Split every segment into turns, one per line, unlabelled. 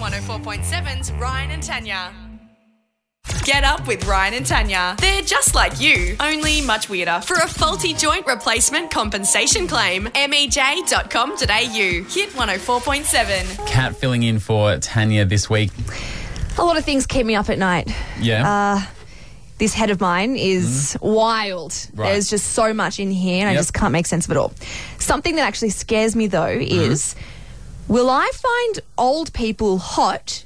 104.7's Ryan and Tanya. Get up with Ryan and Tanya. They're just like you, only much weirder. For a faulty joint replacement compensation claim, E mej.com.au. Hit 104.7.
Cat filling in for Tanya this week.
A lot of things keep me up at night.
Yeah.
Uh, This head of mine is wild.
Mm-hmm. Right.
There's just so much in here, and
Yep.
I just can't make sense of it all. Something that actually scares me, though,
Mm-hmm.
is will I find old people hot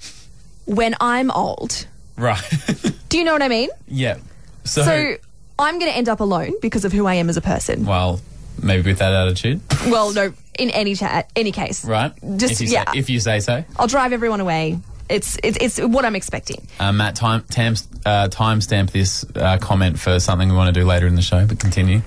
when I'm old?
right.
Do you know what I mean?
yeah. So,
So I'm going to end up alone because of who I am as a person.
well, maybe with that attitude,
Well, no, in any chat, any case,
right?
Just-
if you
yeah.
Say, if you say so.
I'll drive everyone away. It's it's, it's what I'm expecting.
Uh, Matt, time tam, uh, timestamp this uh, comment for something we want to do later in the show. But continue.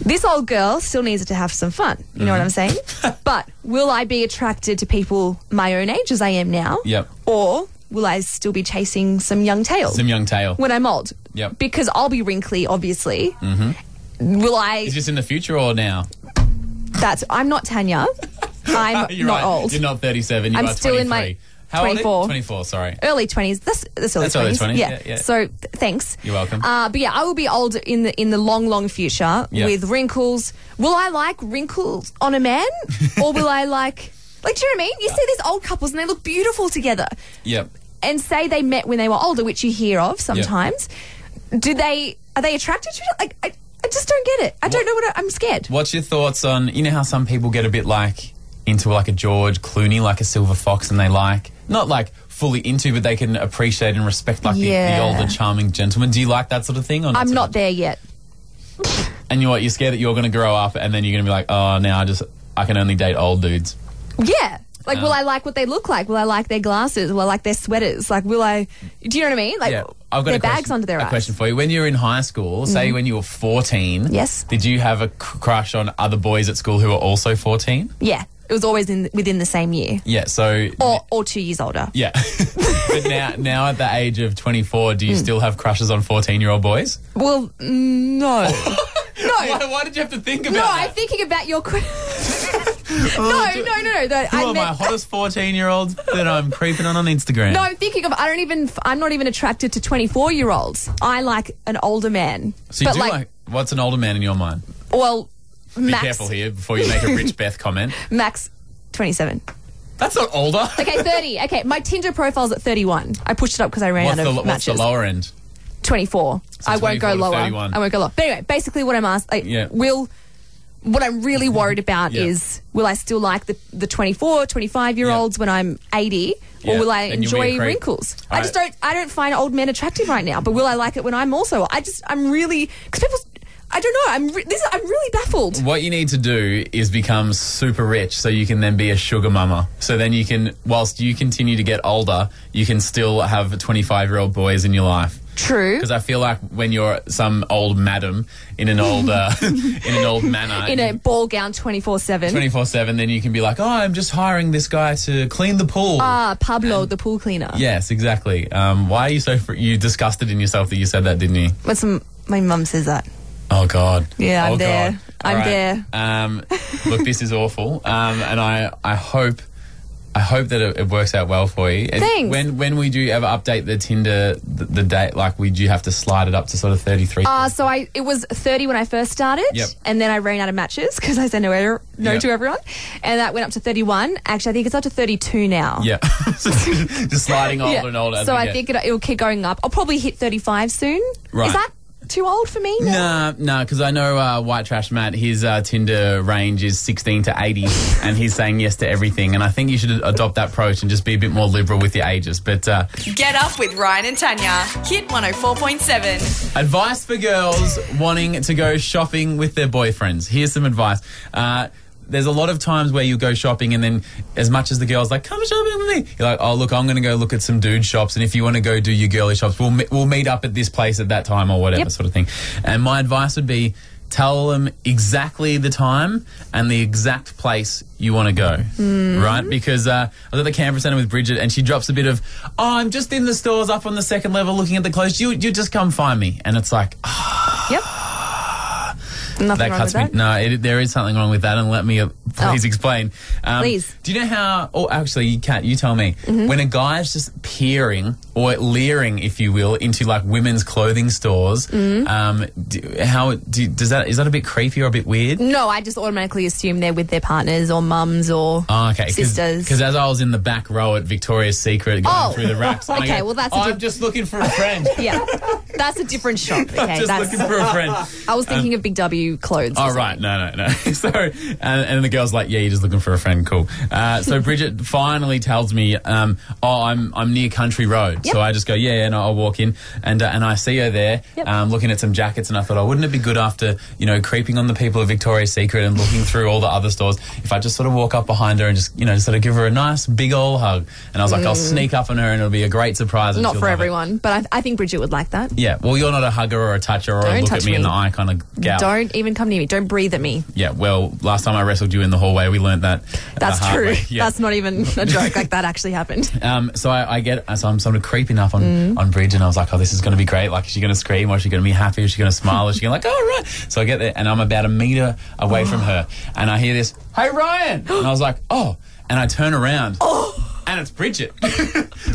This old girl still needs to have some fun. You know what
Mm-hmm.
I'm saying? but will I be attracted to people my own age as I am now?
Yep.
Or will I still be chasing some young tail
Some young tail.
when I'm old?
Yep.
Because I'll be wrinkly, obviously. Mm-hmm. Will I?
Is this in the future or now?
That's. I'm not Tanya. I'm
You're
not
right.
old.
You're not 37. You
I'm
are
still
23.
in my- Uh,
How old are you?
24.
24. Sorry.
early twenties. That's that's early
That's early
twenties.
20s,
Yeah.
yeah, yeah.
So th- thanks.
You're welcome.
Uh, but yeah, I will be old in the in the long, long future
Yeah.
with wrinkles. Will I like wrinkles on a man, or will I like? Like, do you know what I mean? You see these old couples and they look beautiful together,
Yep.
and say they met when they were older, which you hear of sometimes. Do they are they attracted to? it? Like, I, I just don't get it. I don't know what I, I'm scared.
What's your thoughts on you know how some people get a bit like into like a George Clooney, like a Silver Fox, and they like not like fully into, but they can appreciate and respect like
Yeah.
the, the older charming gentleman. Do you like that sort of thing? Or not
I'm
so
not
much?
there yet.
And you know what? You're scared that you're going to grow up, and then you're going to be like, oh, now I just I can only date old dudes.
Yeah. Like, will I like what they look like? Will I like their glasses? Will I like their sweaters? Like, will I? Do you know what I mean? Like,
Yeah, I've got
their
a question,
bags under their
a
eyes.
question for you. When you were in high school, say when you were 14,
Yes.
did you have a c- crush on other boys at school who were also 14?
Yeah, it was always in within the same year,
Yeah, so
or or two years older.
Yeah. but now, now at the age of 24,
Hmm.
do you still have crushes on 14 year old boys?
Well, mm, no, no,
Why, why did you have to think about
no. I'm
that? Oh,
thinking about your question. no, no, no, no. that
Who
I
are my
meant-
hottest 14 year olds that I'm creeping on on Instagram?
no, I'm thinking of. I don't even. I'm not even attracted to 24 year olds. I like an older man.
so you
but
do
like,
like, what's an older man in your mind?
well,
Be
Max,
careful here before you make a Rich Beth comment.
Max, 27.
That's not older.
Okay, 30. Okay, my Tinder profile's at 31. I pushed it up because I ran
What's
out
the,
of
what's
matches.
the lower end?
24. I won't
24
go
to
lower.
31.
I won't go lower. But anyway, basically what I'm asked, like,
Yeah.
will what I'm really worried about
Yeah.
is will I still like the, the 24, 25 year olds when I'm 80
Yeah,
or will I
then you'll be a
enjoy
creep.
wrinkles?
All
I just
right.
don't I don't find old men attractive right now, but will I like it when I'm also? I just I'm really cuz people I don't know. I'm re- this I'm really baffled.
What you need to do is become super rich so you can then be a sugar mama. So then you can, whilst you continue to get older, you can still have 25 year old boys in your life.
True.
Because I feel like when you're some old madam in an old uh, in an old manor,
In a ball gown 24/7.
twenty four seven, then you can be like, oh, I'm just hiring this guy to clean the pool.
Ah, Pablo the pool cleaner.
yes, exactly. Um, why are you so fr- you disgusted in yourself that you said that, didn't you?
What's m- my mum says that.
Oh God.
Yeah, I'm
Oh,
there.
God.
I'm
All
there.
Um, look, this is awful, um, and I I hope. I hope that it, it works out well for you. And
Thanks.
When when we do ever update the Tinder the, the date, like we do have to slide it up to sort of thirty three.
Uh, so I it was 30 when I first started,
Yep.
and then I ran out of matches because I said no, er- no
Yep.
to everyone, and that went up to 31. Actually, I think it's up to 32 now.
yeah, just sliding older
Yeah.
and older. as
So
we
I
get.
think it, it'll keep going up. I'll probably hit 35 soon.
Right.
Is that too old for me?
Nah, nah, because I know uh, White Trash Matt, his uh, Tinder range is 16 to 80, and he's saying yes to everything. And I think you should adopt that approach and just be a bit more liberal with your ages. But uh,
Get up with Ryan and Tanya. Hit 104.7.
advice for girls wanting to go shopping with their boyfriends. Here's some advice. Uh, there's a lot of times where you go shopping, and then as much as the girl's like, come shopping with me, you're like, oh, look, I'm going to go look at some dude shops. And if you want to go do your girly shops, we'll, me- we'll meet up at this place at that time or whatever
Yep.
sort of thing. And my advice would be tell them exactly the time and the exact place you want to go.
Hmm.
Right? Because uh, I was at the Canberra Centre with Bridget and she drops a bit of, oh, I'm just in the stores up on the second level looking at the clothes. You, you just come find me. And it's like,
Yep. Nothing
"Ah, that
wrong
cuts
with
me.
that.
No, it, there is something wrong with that, and let me uh, please
Oh.
explain. Um,
Please. Mm-hmm.
Do you know how? Oh, actually, you can't. You tell me. When a guy's just peering or leering, if you will, into like women's clothing stores,
Mm-hmm.
um, do, how do, does that? Is that a bit creepy or a bit weird?
No, I just automatically assume they're with their partners or mums or
Oh, okay.
sisters.
Because as I was in the back row at Victoria's Secret going
Oh.
through the racks, and I
Okay,
go,
well, that's a
"Oh, I'm
diff-
just looking for a friend.
yeah, that's a different shop. Okay,
just
that's.
looking for a friend.
I was thinking of Big W clothes.
Oh, right. No, no, no. so, and, and the girl's like, yeah, you're just looking for a friend. Cool. Uh, so Bridget finally tells me, um, oh, I'm, I'm near Country Road.
Yep.
So I just go, yeah, yeah, no, I'll walk in. And, uh, and I see her there,
Yep.
um, looking at some jackets. And I thought, oh, wouldn't it be good after, you know, creeping on the people of Victoria's Secret and looking through all the other stores if I just sort of walk up behind her and just, you know, sort of give her a nice big old hug. And I was like, I'll sneak up on her and it'll be a great surprise. and
Mm. Not
she'll
for
love it."
everyone, but I, I think Bridget would like that.
Yeah, well, you're not a hugger or a toucher or a
Don't
look at
touch
me, in
me.
the eye kind of gal.
Don't even come near me. Don't breathe at me.
Yeah, well, last time I wrestled you in the hallway, we learned that. the
That's
hard
true.
way. Yeah.
That's not even a joke. Like that actually happened.
um, so I, I get, so I'm sort of creeping up on,
Mm.
on Bridge, and I was like, oh, this is going to be great. Like, is she going to scream, or is she going to be happy, or is she going to smile, or is she going to like, oh, right. So I get there, and I'm about a meter away from her, and I hear this, hey, Ryan. And I was like, oh. And I turn around, and it's Bridget.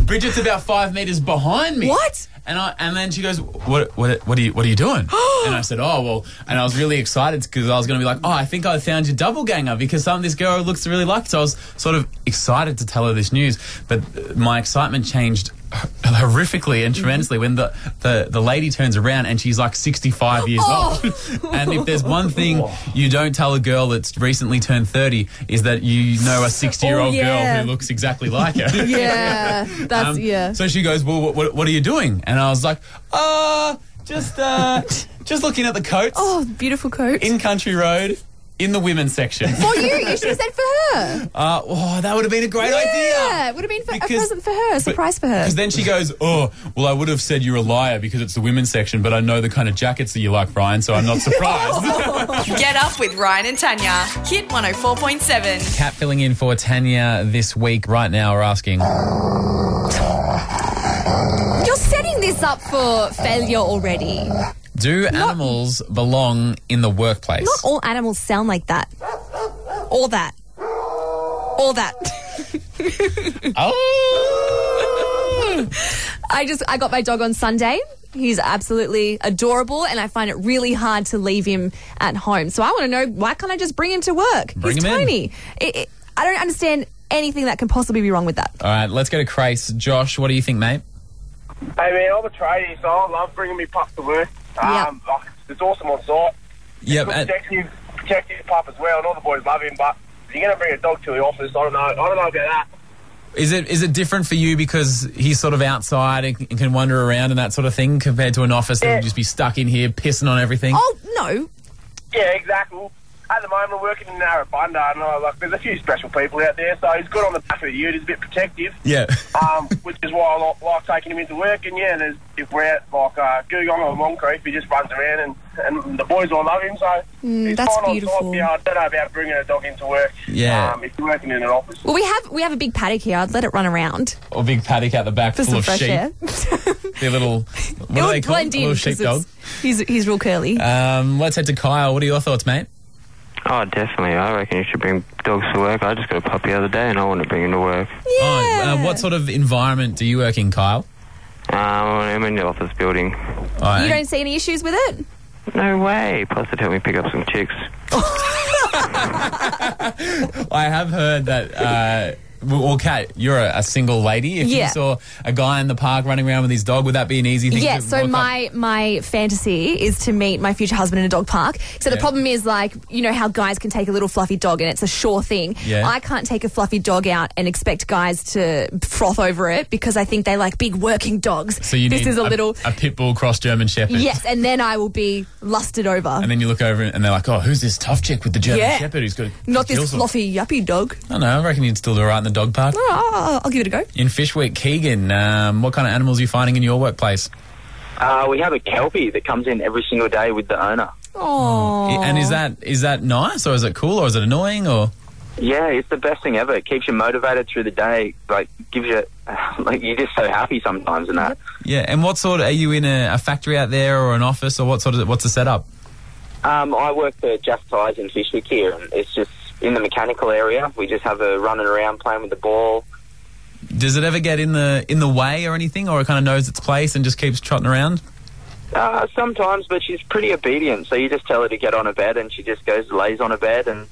Bridget's about five meters behind me.
What?
And I and then she goes, "What? What? What are you? What are you doing?" and I said, "Oh well." And I was really excited because I was going to be like, "Oh, I think I found your double ganger because some this girl looks really like." So I was sort of excited to tell her this news, but uh, my excitement changed h- horrifically and tremendously when the, the the lady turns around and she's like 65 years
Oh.
old. and if there's one thing you don't tell a girl that's recently turned 30 is that you know a 60 year old
Oh, yeah.
girl who looks exactly like her.
Yeah, that's
Um,
yeah.
So she goes, "Well, what, what, what are you doing?" And I was like, "Uh, just uh, just looking at the coats
oh, beautiful coat.
in Country Road." In the women's section.
for you, you should have said for her.
Uh, oh, that would have been a great
yeah,
idea.
it would have been for, a
Because-
present for her, a surprise for her.
Because then she goes, Oh, well, I would have said you're a liar because it's the women's section, but I know the kind of jackets that you like, Brian, so I'm not surprised.
Get up with Ryan and Tanya. Hit 104.7.
Cat filling in for Tanya this week. Right now, we're asking.
You're setting this up for failure already. Not
Do animals belong in the workplace?
all animals sound like that. All that. All that.
oh.
I just I got my dog on Sunday. He's absolutely adorable, and I find it really hard to leave him at home. So I want to know why can't I just bring him to work?
Bring
He's
him in.
tiny. It, it, I don't understand anything that can possibly be wrong with that.
All right, let's go to Crace. Josh, what do you think, mate?
Hey man, I'm a tradie, so I love bringing me pup to work.
Yeah.
Um, like, it's awesome on site.
Yep. uh,
Good
and-
protective, protective pup as well, and all the boys love him. But if you're going to bring a dog to the office, I don't know. I don't know about that.
Is it is it different for you because he's sort of outside and, c- and can wander around and that sort of thing compared to an office that would just be stuck in here pissing on everything?
Oh no,
Yeah, exactly. At the moment, I'm working in Narrabunda, and I, like, there's a few special people out there, so he's good on the back of the ute. He's a bit protective,
Yeah.
um, which is why I like, like taking him into work. And yeah, there's, if we're out like uh, Googong or Moncrief, he just runs around, and, and the boys all love him. So he's
Mm, that's
fine on site.
beautiful.
Yeah, I don't know about bringing a dog into work.
Yeah.
um, if you're working in an office.
Well, we have we have a big paddock here. I'd let it run around
Or big paddock out the back
for some
full of
fresh
sheep.
air.
They're little. What
it
are
would
they called?
blend in
Little
'cause
sheepdog.
it's- He's he's real curly.
Um, let's head to Kyle. What are your thoughts, mate?
Oh, definitely. I reckon you should bring dogs to work. I just got a puppy the other day and I want to bring him to work.
Oh, uh,
Yeah.
what sort of environment do you work in, Kyle?
Um, I'm in the office building.
I-
you don't see any issues with it?
No way. Plus, it helped me pick up some chicks.
I have heard that. Uh, well, Kat, you're a, a single lady. If
Yeah.
you saw a guy in the park running around with his dog, would that be an easy thing?
Yeah,
to
so
walk up-
my my fantasy is to meet my future husband in a dog park. So the
Yeah.
problem is like, you know how guys can take a little fluffy dog and it's a sure thing.
Yeah.
I can't take a fluffy dog out and expect guys to froth over it because I think they like big working dogs.
So you
this
need
is a, little
a pit bull cross German Shepherd.
Yes, and then I will be lusted over.
And then you look over and they're like, oh, who's this tough chick with the German
Yeah.
Shepherd who's got a
Not
gills
this
on-
fluffy yuppie dog.
I don't know. I reckon you'd still do all right in the dog park.
Ah, I'll give it a go.
In Fish Week, Keegan, um, what kind of animals are you finding in your workplace?
Uh, we have a Kelpie that comes in every single day with the owner.
Oh,
And is that is that nice or is it cool or is it annoying or?
Yeah, it's the best thing ever. It keeps you motivated through the day. Like, gives you, like, you're just so happy sometimes and that.
Yeah, and what sort? Are you in a, a factory out there or an office or what sort of what's the setup?
Um, I work for Just Tires in Fishwick here, and it's just in the mechanical area. We just have a running around playing with the ball.
Does it ever get in the in the way or anything, or it kind of knows its place and just keeps trotting around?
Uh, sometimes, but she's pretty obedient, so you just tell her to get on a bed, and she just goes and lays on a bed, and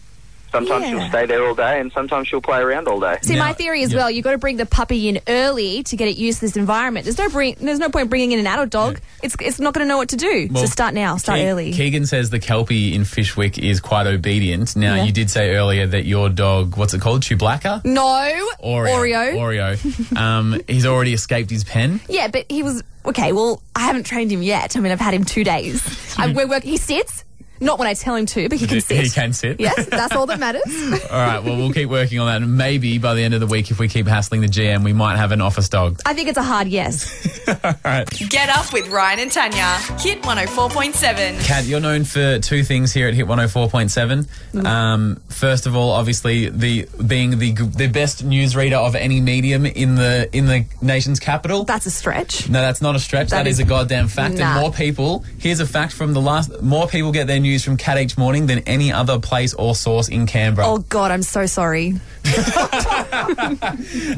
sometimes
Yeah.
she'll stay there all day, and sometimes she'll play around all day.
See,
Now-
my theory as
yeah.
well, you've got to bring the puppy in early to get it used to this environment. There's no bring, there's no point bringing in an adult dog. It's it's not going to know what to do.
Well,
so start now, start
Ke-
early.
Keegan says the Kelpie in Fishwick is quite obedient. Now,
Yeah.
you did say earlier that your dog, what's it called? Chewbacca?
no,
Oreo. Oreo. um, he's already escaped his pen.
Yeah, but he was okay. Well, I haven't trained him yet. I mean, I've had him two days. I, we're work, he sits, not when I tell him to, but he can
He-
sit.
he can sit.
Yes, that's all that matters.
All right, well, we'll keep working on that. And maybe by the end of the week, if we keep hassling the GM, we might have an office dog.
I think it's a hard yes.
Get up with Ryan and Tanya. Hit 104.7.
Kat, you're known for two things here at Hit
Mm.
104.7. Um, first of all, obviously, the being the g- the best newsreader of any medium in the in the nation's capital.
That's a stretch.
No, that's not a stretch.
That
that is,
is-
a goddamn fact.
Nah.
And more people, here's a fact from the last, more people get their news from Cat each morning than any other place or source in Canberra.
Oh God, I'm so sorry.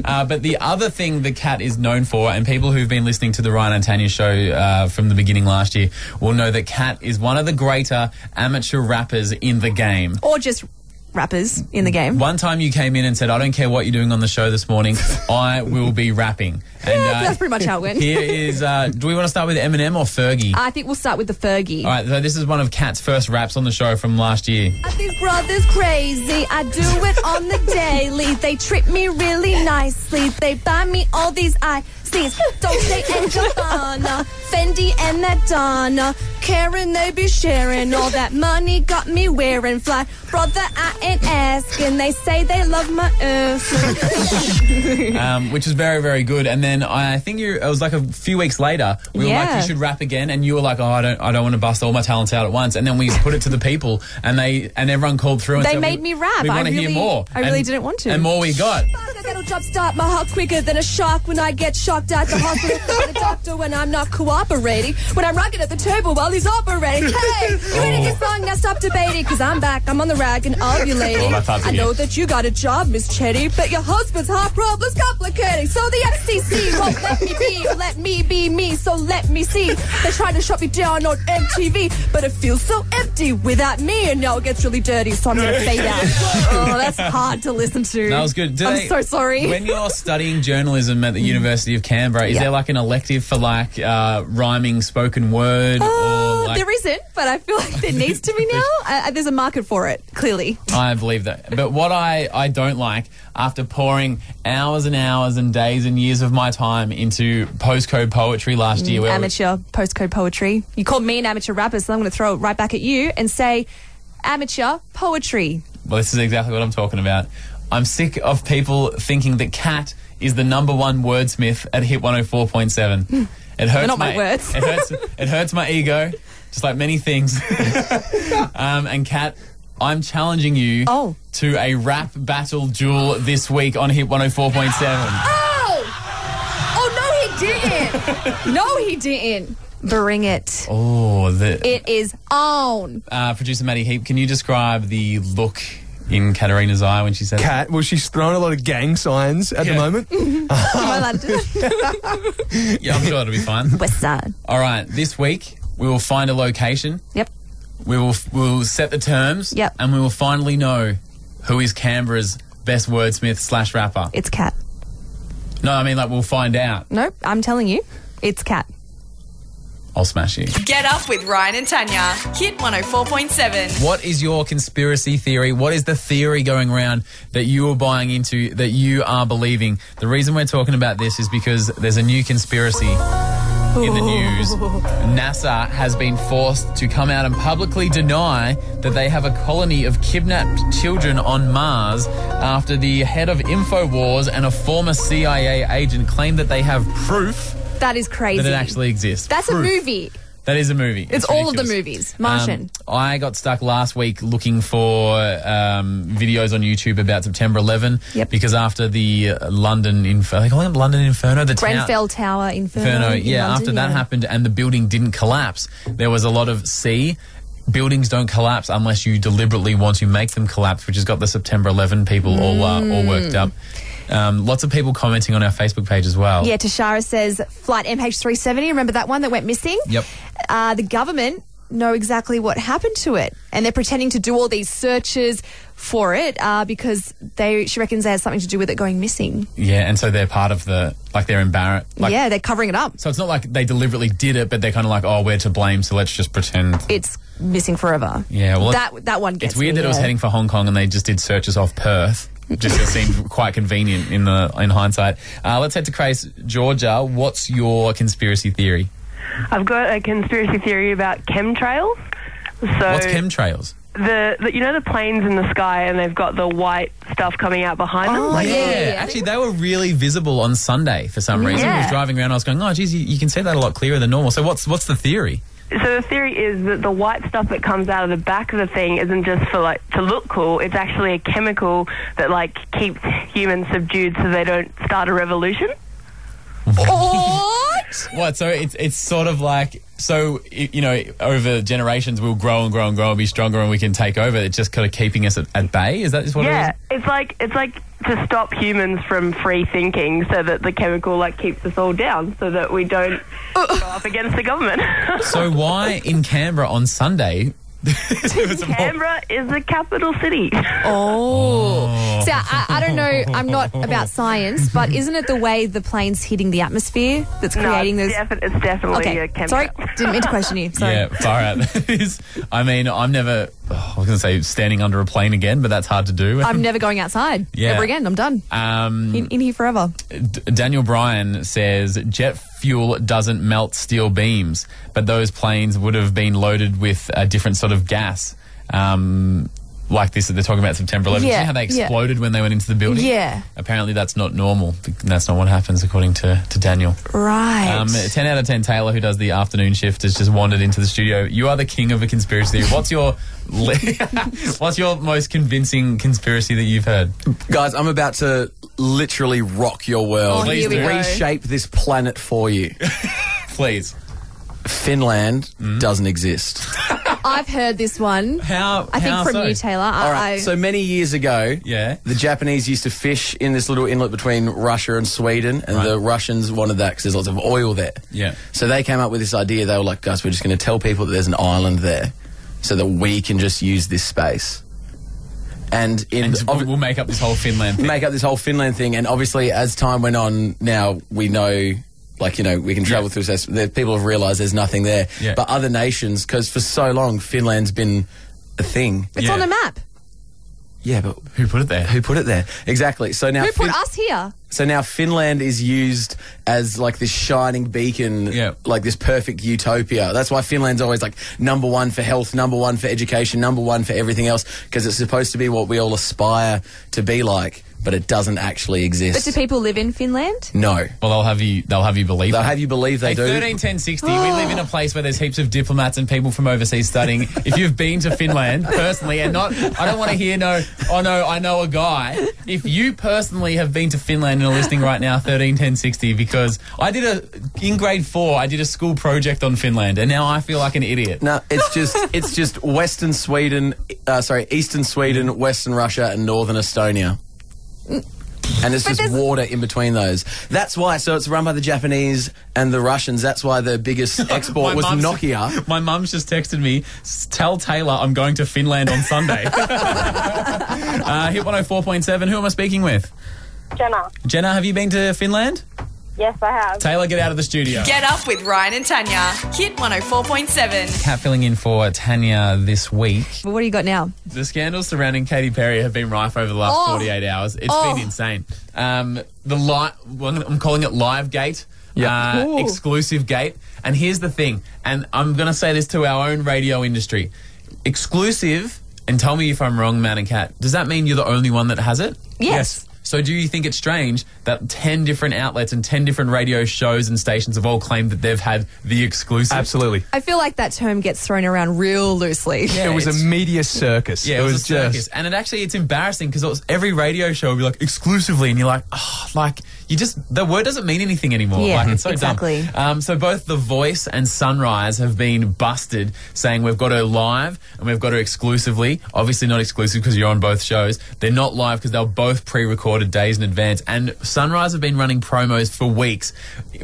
Uh, but the other thing the Cat is known for, and people who've been listening to the Ryan and Tanya show uh, from the beginning last year will know that Cat is one of the greater amateur rappers in the game.
Or just rappers in the game.
One time you came in and said, I don't care what you're doing on the show this morning, I will be rapping. And uh,
That's pretty much how it went.
here is, uh, do we want to start with Eminem or Fergie?
I think we'll start with the Fergie.
All right, so this is one of Cat's first raps on the show from last year.
These brothers crazy. I do it on the daily. They treat me really nicely. They buy me all these ices. Dolce and Gabbana, Fendi and that Donna. Karen, they be sharing all that money. Got me wearing fly. Brother, I ain't asking. They say they love my earth.
um, which was very, very good. And then I think you, it was like a few weeks later, we were like,
Yeah.
you should rap again. And you were like, oh, I don't, I don't want to bust all my talents out at once. And then we put it to the people and they, and everyone called through and
They
said,
made me
we-
rap.
We
I
want to hear
really-
more.
I really
And-
didn't want to.
And more we got.
I gotta jump start my heart quicker than a shark when I get shocked at the hospital by the doctor when I'm not cooperating. When I'm rocking at the table while he's operating. Hey, you ready for song? Now stop debating, cause I'm back, I'm on the rag and
Well,
ovulating.
that's hard to
I
hear.
know that you got a job, Miss Chetty, but your husband's heart problem's complicating. So the FCC won't let me be, let me be me, so let me see. They're trying to shut me down on MTV, but it feels so empty without me, and now it gets really dirty, so I'm gonna fade out. Oh, that's hard to listen to.
That was good. Do
I'm
they-
so sorry.
When you're studying journalism at the University of Canberra, is
Yeah.
there like an elective for like uh, rhyming spoken word?
Uh,
or like,
there isn't, but I feel like there needs to be now. I, I, there's a market for it, clearly.
I believe that. But what I, I don't like after pouring hours and hours and days and years of my time into postcode poetry last year, where
Mm, Amateur postcode poetry. You called me an amateur rapper, so I'm going to throw it right back at you and say amateur poetry.
well, this is exactly what I'm talking about. I'm sick of people thinking that cat is the number one wordsmith at Hit 104.7. It hurts
not my words.
it hurts. It hurts my ego, just like many things. um, and cat, I'm challenging you
Oh.
to a rap battle duel this week on Hit 104.7.
Oh! Oh, no, he didn't. no, he didn't. Bring it.
Oh, the
It is on.
uh, producer Maddie Heap, can you describe the look in Katarina's eye when she said
Cat, well, she's thrown a lot of gang signs at
Yeah.
the moment.
Am I allowed to do that?
it? Yeah, I'm sure it'll be fine.
West Side.
All right, this week we will find a location.
Yep.
We will we'll set the terms.
Yep.
And we will finally know who is Canberra's best wordsmith slash rapper.
It's Cat.
No, I mean like we'll find out.
Nope, I'm telling you. It's Cat.
I'll smash you.
Get up with Ryan and Tanya. Hit 104.7.
What is your conspiracy theory? What is the theory going around that you are buying into, that you are believing? The reason we're talking about this is because there's a new conspiracy in the news. NASA has been forced to come out and publicly deny that they have a colony of kidnapped children on Mars after the head of InfoWars and a former CIA agent claimed that they have proof
That is crazy.
that it actually exists.
That's a
Proof.
movie.
That is a movie.
It's, all of the
ridiculous.
movies. Martian.
Um, I got stuck last week looking for um, videos on YouTube about September 11
Yep.
because after the uh, London Inferno, they call it London Inferno, the town-
Grenfell Tower Inferno.
Inferno,
in
yeah.
London,
after that
yeah.
happened and the building didn't collapse, there was a lot of sea. buildings don't collapse unless you deliberately want to make them collapse, which has got the September 11 people all uh,
Mm.
all worked up. Um, lots of people commenting on our Facebook page as well.
Yeah, Tashara says flight MH370. Remember that one that went missing?
Yep.
Uh, the government know exactly what happened to it, and they're pretending to do all these searches for it uh, because they she reckons they had something to do with it going missing.
Yeah, and so they're part of the like they're embarrassed. Like,
yeah, they're covering it up.
So it's not like they deliberately did it, but they're kind of like, oh, we're to blame, so let's just pretend.
It's missing forever.
Yeah, well, it's-
that that one. Gets
it's weird
me,
that it was
yeah.
heading for Hong Kong and they just did searches off Perth. Just it seemed quite convenient in the in hindsight. Uh, let's head to Crace, Georgia. What's your conspiracy theory?
I've got a conspiracy theory about chemtrails. So
What's chemtrails?
the, the you know the planes in the sky and they've got the white stuff coming out behind them. Like,
yeah, actually, they were really visible on Sunday for some reason. I was
Yeah.
driving around. I was going, oh, geez, you, you can see that a lot clearer than normal. So what's what's the theory?
So the theory is that the white stuff that comes out of the back of the thing isn't just for like to look cool. It's actually a chemical that like keeps humans subdued so they don't start a revolution.
What?
What? So it's it's sort of like so i- you know over generations we'll grow and grow and grow and be stronger and we can take over. It's just kind of keeping us at, at bay. Is that just what
Yeah,
it is?
it's like it's like to stop humans from free thinking so that the chemical like keeps us all down so that we don't go up against the government.
So why in Canberra on Sunday? there was a mob-
Canberra is the capital city.
Oh. So I, I don't know. I'm not about science, but isn't it the way the plane's hitting the atmosphere that's
No,
creating
it's
this?
defi- it's definitely a
Okay.
Canberra.
Sorry, didn't mean to question you. Sorry.
Yeah, far out. That is- I mean, I'm never. oh, I was going to say standing under a plane again, but that's hard to do.
I'm never going outside
Yeah.
ever again. I'm done.
um,
In, in here forever.
D- Daniel Bryan says jet fuel doesn't melt steel beams, but those planes would have been loaded with a different sort of gas, um, like this that they're talking about September 11th. You
Yeah,
know how they
yeah.
exploded when they went into the building?
Yeah.
Apparently, that's not normal. That's not what happens, according to, to Daniel.
Right.
Um, 10 out of 10, Taylor, who does the afternoon shift, has just wandered into the studio. You are the king of a conspiracy theory. What's your, le- what's your most convincing conspiracy that you've heard?
Guys, I'm about to literally rock your world.
Oh, here we
do.
go.
Reshape this planet for you.
Please.
Finland
Mm-hmm.
doesn't exist.
I've heard this one.
How?
I think
how
from
so?
you, Taylor.
All
I,
right.
I,
So many years ago,
Yeah.
the Japanese used to fish in this little inlet between Russia and Sweden, and
Right.
the Russians wanted that because there's lots of oil there.
Yeah.
So they came up with this idea. They were like, guys, we're just going to tell people that there's an island there, so that we can just use this space. And in
And
ob-
we'll we'll make up this whole Finland thing.
make up this whole Finland thing, and obviously as time went on, now we know. Like you know, we can travel
Yeah.
through. space. The people have realised there's nothing there,
Yeah.
but other nations, because for so long Finland's been a thing.
it's
Yeah.
on a map.
Yeah, but
Who put it there?
who put it there? Exactly. So now,
Who put
Fin-
us here?
so now Finland is used as like this shining beacon,
Yeah.
like this perfect utopia. That's why Finland's always like number one for health, number one for education, number one for everything else, because it's supposed to be what we all aspire to be like, but it doesn't actually
But
exist.
do people live in Finland?
no,
Well, they'll have you. They'll have you believe.
they'll
it.
have you believe
Hey,
they do.
13, 10, 60, we live in a place where there's heaps of diplomats and people from overseas studying. if you've been to Finland personally and not, I don't want to hear no, oh no, I know a guy. If you personally have been to Finland and are listening right now, 13, 10, 60, because I did a, in grade four, I did a school project on Finland and now I feel like an idiot.
No, it's just it's just Western Sweden, uh, sorry, Eastern Sweden, Western Russia, and Northern Estonia. And it's just
there's-
water in between those. That's why. So it's run by the Japanese and the Russians. That's why the biggest export
My
was
mum's-
Nokia.
My mum's just texted me, "S- tell Taylor I'm going to Finland on Sunday. uh, hit 104.7. Who am I speaking with?
Jenna,
Jenna, have you been to Finland?
yes, I have.
Taylor, get out of the studio.
Get up with Ryan and Tanya. Hit 104.7.
Cat filling in for Tanya this week.
Well, what do you got now?
The scandals surrounding Katy Perry have been rife over the last
Oh.
48 hours. It's
Oh.
been insane. Um, the li- well, I'm calling it live gate, uh, exclusive gate. And here's the thing, and I'm going to say this to our own radio industry exclusive, and tell me if I'm wrong, man and cat, does that mean you're the only one that has it?
Yes.
So do you think it's strange that 10 different outlets and 10 different radio shows and stations have all claimed that they've had the exclusive?
Absolutely.
I feel like that term gets thrown around real loosely.
it was
it's-
a media circus.
Yeah, it, was, a circus, and it actually it's embarrassing because every radio show will be like exclusively, and you're like, oh, like you just the word doesn't mean anything anymore.
Yeah,
like it's so
exactly.
dumb. Um, so both the Voice and Sunrise have been busted, saying we've got her live and we've got her exclusively. Obviously not exclusive because you're on both shows. They're not live because they're both pre-recorded days in advance. And Sunrise have been running promos for weeks,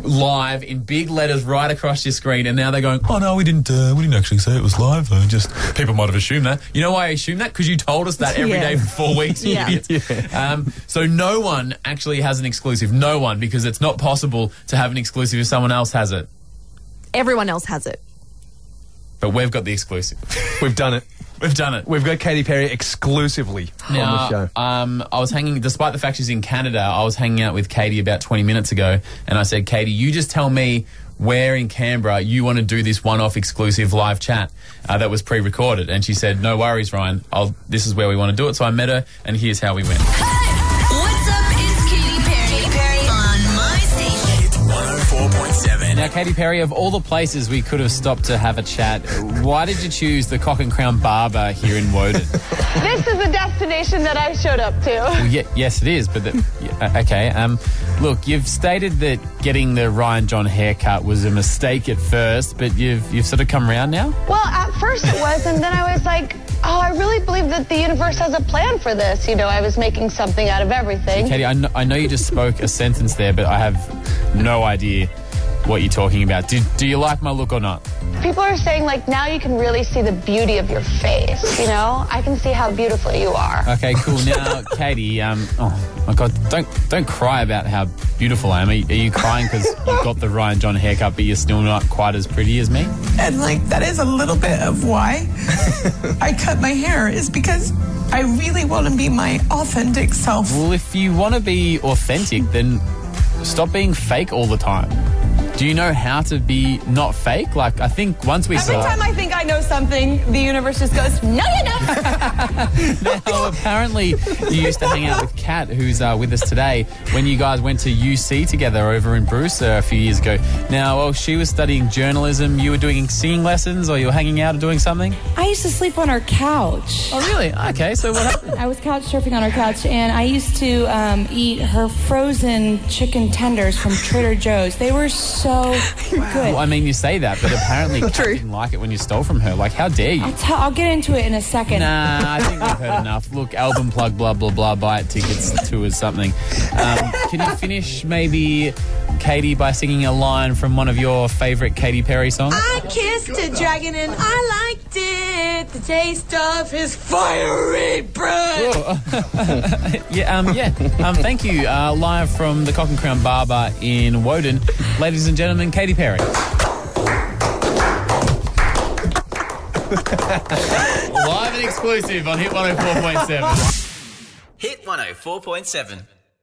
live in big letters right across your screen. And now they're going, oh no, we didn't, uh, we didn't actually say it was live. Though. Just people might have assumed that. You know why I assumed that? Because you told us that every day
Yeah.
for four weeks, you
Yeah.
idiots. Um, so no one actually has an exclusive. No one, because it's not possible to have an exclusive if someone else has it.
Everyone else has it.
But we've got the exclusive.
We've done it.
We've done it.
We've got Katy Perry exclusively on the show.
Um, I was hanging, despite the fact she's in Canada, I was hanging out with Katie about 20 minutes ago, and I said, Katie, you just tell me where in Canberra you want to do this one-off exclusive live chat uh, that was pre-recorded. And she said, no worries, Ryan. I'll, this is where we want to do it. So I met her, and here's how we went.
What's up? It's Katy Perry. on my station. It's 104.7.
Now,
Katy Perry, of all the places we could have stopped to have a chat, why did you choose the Cock and Crown Barber here in Woden?
This is the destination that I showed up
Well,
to.
ye- yes, it is. But the, yeah, okay. Um, look, you've stated that getting the Ryan John haircut was a mistake at first, but you've you've sort of come round now.
Well, at first it was, and then I was like, oh, I really believe that the universe has a plan for this. You know, I was making something out of everything.
Katie, I kn- I know you just spoke a sentence there, but I have no idea what you're talking about. Do, do you like my look or not?
People are saying, like, now you can really see the beauty of your face. You know, I can see how beautiful you are.
Okay, cool. Now, Katie, um, oh my God, don't don't cry about how beautiful I am. Are you, are you crying because you got the Ryan John haircut, but you're still not quite as pretty as me?
And like that is a little bit of why I cut my hair is because I really want to be my authentic self.
Well, if you want to be authentic, then stop being fake all the time. Do you know how to be not fake? Like, I think once we
Every
saw.
time I think I know something, the universe just goes, "No, you don't."
Now, apparently, you used to hang out with Kat, who's uh, with us today, when you guys went to UC together over in Brusa a few years ago. Now, while she was studying journalism, you were doing singing lessons or you were hanging out or doing something?
I used to sleep on her couch.
Oh, really? Okay, so what happened?
I was couch surfing on her couch, and I used to um, eat her frozen chicken tenders from Trader Joe's. They were so good.
Well, I mean, you say that, but apparently Kat didn't like it when you stole from her. Like, how dare you?
I'll, t- I'll get into it in a second.
Nah, I think we've heard enough. Look, album plug, blah, blah, blah, buy it, tickets, tours, something. Um, can you finish maybe, Katie, by singing a line from one of your favourite Katy Perry songs?
I kissed a dragon and I liked it. The taste of his fiery breath.
yeah, um, yeah. Um, thank you. Uh, live from the Cock and Crown Barber in Woden, ladies and gentlemen, Katy Perry. live and exclusive on Hit 104.7.
Hit 104.7.